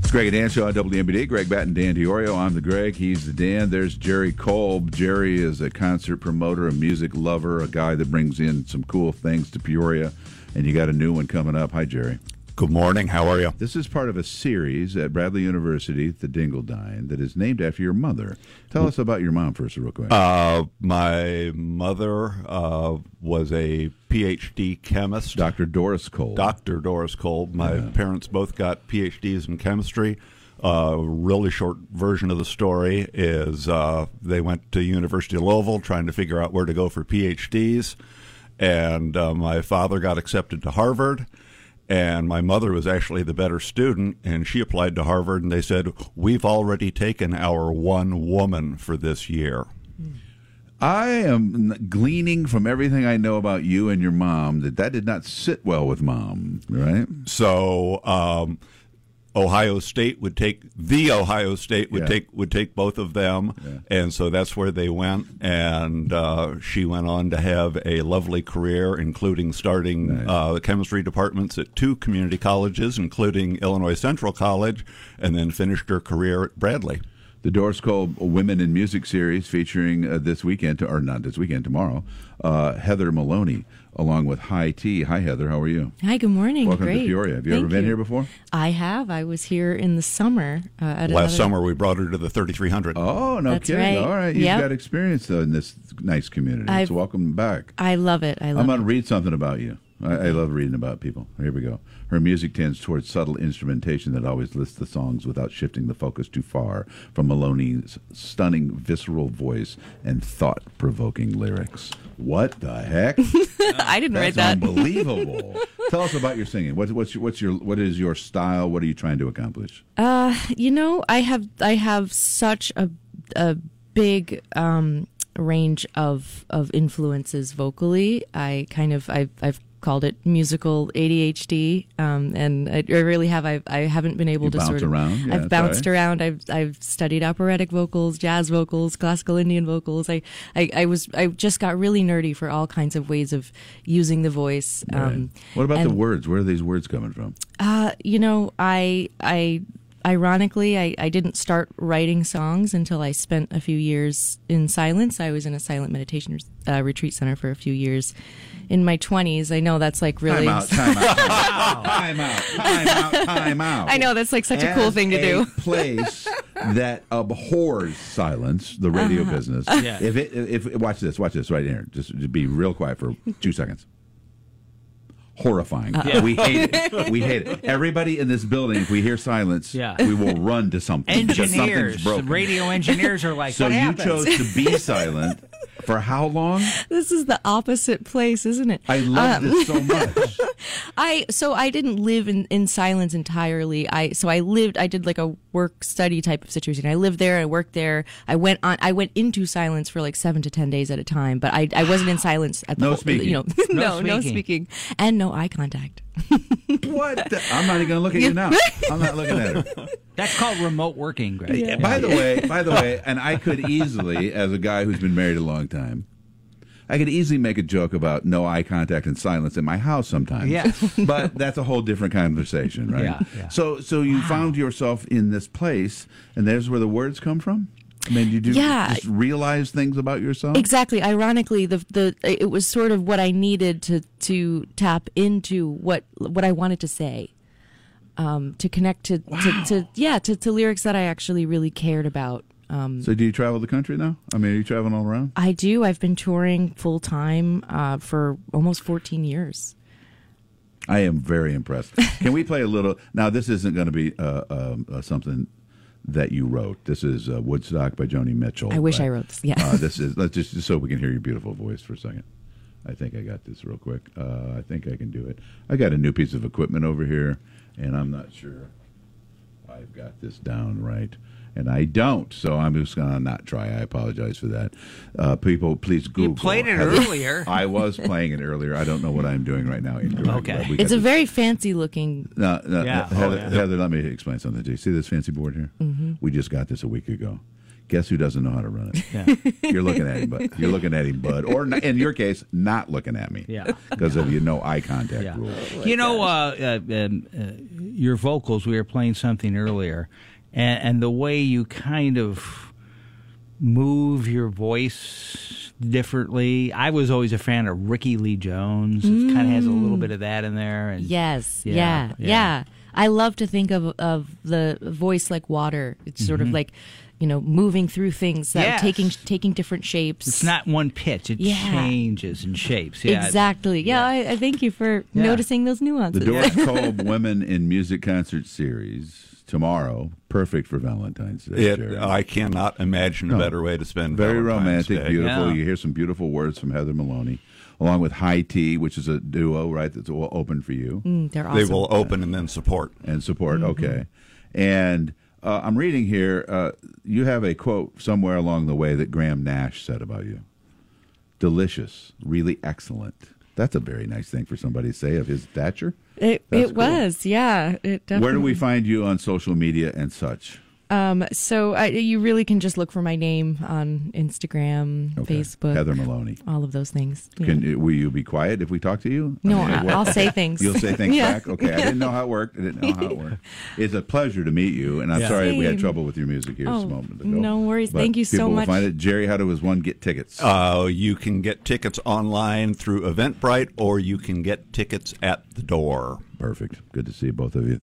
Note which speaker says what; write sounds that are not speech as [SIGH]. Speaker 1: It's Greg and Dan Show on WMBD. Greg Batten, Dan DiOrio. I'm the Greg. He's the Dan. There's Jerry Kolb. Jerry is a concert promoter, a music lover, a guy that brings in some cool things to Peoria. And you got a new one coming up. Hi, Jerry.
Speaker 2: Good morning. How are you?
Speaker 1: This is part of a series at Bradley University, The Dingle Dine, that is named after your mother. Tell us about your mom first, real quick.
Speaker 2: Uh, my mother uh, was a PhD chemist,
Speaker 1: Dr. Doris Cole.
Speaker 2: Dr. Doris Kolb. My parents both got PhDs in chemistry. Uh, really short version of the story is uh, they went to University of Louisville trying to figure out where to go for PhDs, and uh, my father got accepted to Harvard. And my mother was actually the better student, and she applied to Harvard, and they said, We've already taken our one woman for this year.
Speaker 1: I am gleaning from everything I know about you and your mom that that did not sit well with mom, right?
Speaker 2: So um, Ohio State would take the Ohio State would
Speaker 1: Yeah.
Speaker 2: take would take both of them, and so that's where they went. And uh, she went on to have a lovely career, including starting uh, the chemistry departments at two community colleges, including Illinois Central College, and then finished her career at Bradley.
Speaker 1: The Doris Cole Women in Music series featuring uh, this weekend, or not this weekend, tomorrow, uh, Heather Maloney along with High T. Hi, Heather. How are you?
Speaker 3: Hi, good morning.
Speaker 1: Welcome
Speaker 3: Great.
Speaker 1: to Peoria. Have you ever
Speaker 3: Thank
Speaker 1: been here before?
Speaker 3: I have. I was here in the summer. Uh, at another-
Speaker 2: Last summer, we brought her to the 3300.
Speaker 1: Oh, no
Speaker 3: That's
Speaker 1: kidding.
Speaker 3: right.
Speaker 1: All right. You've
Speaker 3: Yep.
Speaker 1: got experience, though, in this nice community.
Speaker 3: I've-
Speaker 1: so welcome back.
Speaker 3: I love it. I
Speaker 1: I'm
Speaker 3: love
Speaker 1: going
Speaker 3: it.
Speaker 1: to read something about you. I, I love reading about people. Here we go. Her music tends towards subtle instrumentation that always lists the songs without shifting the focus too far from Maloney's stunning, visceral voice and thought provoking lyrics. What the
Speaker 3: [LAUGHS]
Speaker 1: heck?
Speaker 3: I didn't write
Speaker 1: That's
Speaker 3: that.
Speaker 1: unbelievable. Tell us about your singing. What, what's, your, what's your, what is your style? What are you trying to accomplish?
Speaker 3: Uh, You know, I have I have such a a big um, range of of influences vocally. I kind of I I've called it musical ADHD, um, and I, I really have. I I haven't been able
Speaker 1: You
Speaker 3: to
Speaker 1: bounce
Speaker 3: sort of.
Speaker 1: around? Yeah,
Speaker 3: I've
Speaker 1: that's all
Speaker 3: bounced
Speaker 1: right.
Speaker 3: around. I've I've studied operatic vocals, jazz vocals, classical Indian vocals. I I, I was I just got really nerdy for all kinds of ways of using the voice. Um,
Speaker 1: what about the
Speaker 3: and-
Speaker 1: words? Where are these words coming from?
Speaker 3: uh, you know, I I ironically I, I didn't start writing songs until I spent a few years in silence. I was in a silent meditation uh, retreat center for a few years in my 20s. I know that's like really
Speaker 1: Time out, time out, time out, time out, time out.
Speaker 3: [LAUGHS] I know that's like such a cool
Speaker 1: as
Speaker 3: thing to
Speaker 1: a
Speaker 3: do. [LAUGHS]
Speaker 1: place that abhors silence, the radio business.
Speaker 4: Yeah.
Speaker 1: If it, if watch this, watch this right here. Just, just be real quiet for two seconds. Horrifying. We hate it. We hate it. Everybody in this building, if we hear silence,
Speaker 4: Yeah.
Speaker 1: we will run to something. because
Speaker 4: engineers,
Speaker 1: something's
Speaker 4: the
Speaker 1: broken.
Speaker 4: radio engineers are like,
Speaker 1: so
Speaker 4: what
Speaker 1: you
Speaker 4: happened?
Speaker 1: chose to be silent for how long?
Speaker 3: This is the opposite place, isn't it?
Speaker 1: I love this so much.
Speaker 3: I so I didn't live in, in silence entirely. I so I lived I did like a work study type of situation. I lived there, I worked there. I went on I went into silence for like 7 to 10 days at a time, but I I wasn't in silence at the
Speaker 1: No
Speaker 3: whole,
Speaker 1: speaking.
Speaker 3: you know [LAUGHS] no
Speaker 4: No
Speaker 3: no
Speaker 4: speaking.
Speaker 3: speaking and no eye contact. [LAUGHS]
Speaker 1: What? The, I'm not even going to look at you now. I'm not looking at her.
Speaker 4: That's called remote working, Greg.
Speaker 1: By the way, by the
Speaker 4: [LAUGHS]
Speaker 1: way, and I could easily, as a guy who's been married a long time, I could easily make a joke about no eye contact and silence in my house sometimes.
Speaker 4: Yeah.
Speaker 1: [LAUGHS] but that's a whole different conversation, right?
Speaker 4: Yeah, yeah.
Speaker 1: So, so you found yourself in this place, and there's where the words come from. I mean, did you
Speaker 3: Yeah.
Speaker 1: just realize things about yourself?
Speaker 3: Exactly. Ironically, the the it was sort of what I needed to to tap into what what I wanted to say, um, to connect to, to, to yeah to, to lyrics that I actually really cared about.
Speaker 1: So, do you travel the country now? I mean, are you traveling all around?
Speaker 3: I do. I've been touring full time uh, for almost 14 years.
Speaker 1: I am very impressed. Can we play a little? Now, this isn't going to be uh, um, uh, something that you wrote. This is uh, Woodstock by Joni Mitchell.
Speaker 3: I wish
Speaker 1: but,
Speaker 3: I wrote this. Yeah.
Speaker 1: Uh, this is let's just, just so we can hear your beautiful voice for a second. I think I got this real quick. Uh, I think I can do it. I got a new piece of equipment over here, and I'm not sure I've got this down right. And I don't, so I'm just gonna not try. I apologize for that. Uh, people, please Google.
Speaker 4: played it
Speaker 1: Heather-
Speaker 4: earlier.
Speaker 1: [LAUGHS] I was playing it earlier. I don't know what I'm doing right now. incorrectly,
Speaker 4: Okay.
Speaker 1: but we got
Speaker 3: It's a
Speaker 1: this-
Speaker 3: very fancy looking.
Speaker 1: no, no,
Speaker 4: Yeah.
Speaker 1: Heather,
Speaker 4: Oh, yeah.
Speaker 1: Heather, let me explain something to you. See this fancy board here? Mm-hmm. We just got this a week ago. Guess who doesn't know how to run it? [LAUGHS]
Speaker 4: Yeah.
Speaker 1: You're looking at him, bud. You're looking at him, bud. Or n- in your case, not looking at me.
Speaker 4: Yeah.
Speaker 1: Because of you know eye contact
Speaker 4: Yeah.
Speaker 1: rules.
Speaker 4: you know, uh, uh, um, uh, your vocals, we were playing something earlier, and, and the way you kind of move your voice differently. I was always a fan of Ricky Lee Jones. It kind of has a little bit of that in there. And
Speaker 3: Mm. Yes.
Speaker 4: Yeah,
Speaker 3: Yeah.
Speaker 4: yeah.
Speaker 3: Yeah. I love to think of of the voice like water. It's sort of like, you know, moving through things, that
Speaker 4: Yes.
Speaker 3: taking taking different shapes.
Speaker 4: It's not one pitch, it
Speaker 3: Yeah.
Speaker 4: changes and shapes. Yeah.
Speaker 3: exactly. Yeah. I, I thank you for
Speaker 4: Yeah.
Speaker 3: noticing those
Speaker 1: The
Speaker 3: nuances.
Speaker 1: Doris Kolb Women in Music Concert Series tomorrow. Perfect for Valentine's Day.
Speaker 2: It,
Speaker 1: Jerry.
Speaker 2: I cannot imagine a better way to spend
Speaker 1: uh, Very
Speaker 2: Valentine's
Speaker 1: romantic,
Speaker 2: Day.
Speaker 1: beautiful.
Speaker 4: Yeah.
Speaker 1: You hear some beautiful words from Heather Maloney, along with High Tea, which is a duo, right? That's all open for you
Speaker 3: Mm, they're
Speaker 2: They
Speaker 3: awesome.
Speaker 2: will open and then support.
Speaker 1: and support.
Speaker 3: Mm-hmm.
Speaker 1: Okay, and uh, I'm reading here. Uh, you have a quote somewhere along the way that Graham Nash said about you. Delicious, really excellent. That's a very nice thing for somebody to say of his stature.
Speaker 3: It,
Speaker 1: That's
Speaker 3: it
Speaker 1: cool.
Speaker 3: was, yeah. It definitely.
Speaker 1: Where do we find you on social media and such?
Speaker 3: Um, so I, you really can just look for my name on Instagram,
Speaker 1: Okay.
Speaker 3: Facebook,
Speaker 1: Heather Maloney.
Speaker 3: all of those things. Yeah.
Speaker 1: Can will you be quiet if we talk to you?
Speaker 3: no,
Speaker 1: mean, [LAUGHS]
Speaker 3: I,
Speaker 1: what-
Speaker 3: will say things.
Speaker 1: You'll say things
Speaker 3: [LAUGHS] Yeah.
Speaker 1: back. Okay, I didn't know how it worked. I didn't know how
Speaker 3: [LAUGHS]
Speaker 1: it worked. It's a pleasure to meet you, and I'm
Speaker 4: Yeah.
Speaker 1: sorry we had
Speaker 3: Same.
Speaker 1: trouble with your music here just
Speaker 3: Oh,
Speaker 1: a moment ago.
Speaker 3: no worries.
Speaker 1: But
Speaker 3: Thank you so
Speaker 1: people will
Speaker 3: much.
Speaker 1: Find it. Jerry, how does one get tickets?
Speaker 2: Uh, you can get tickets online through Eventbrite, or you can get tickets at the door.
Speaker 1: Perfect. Good to see both of you.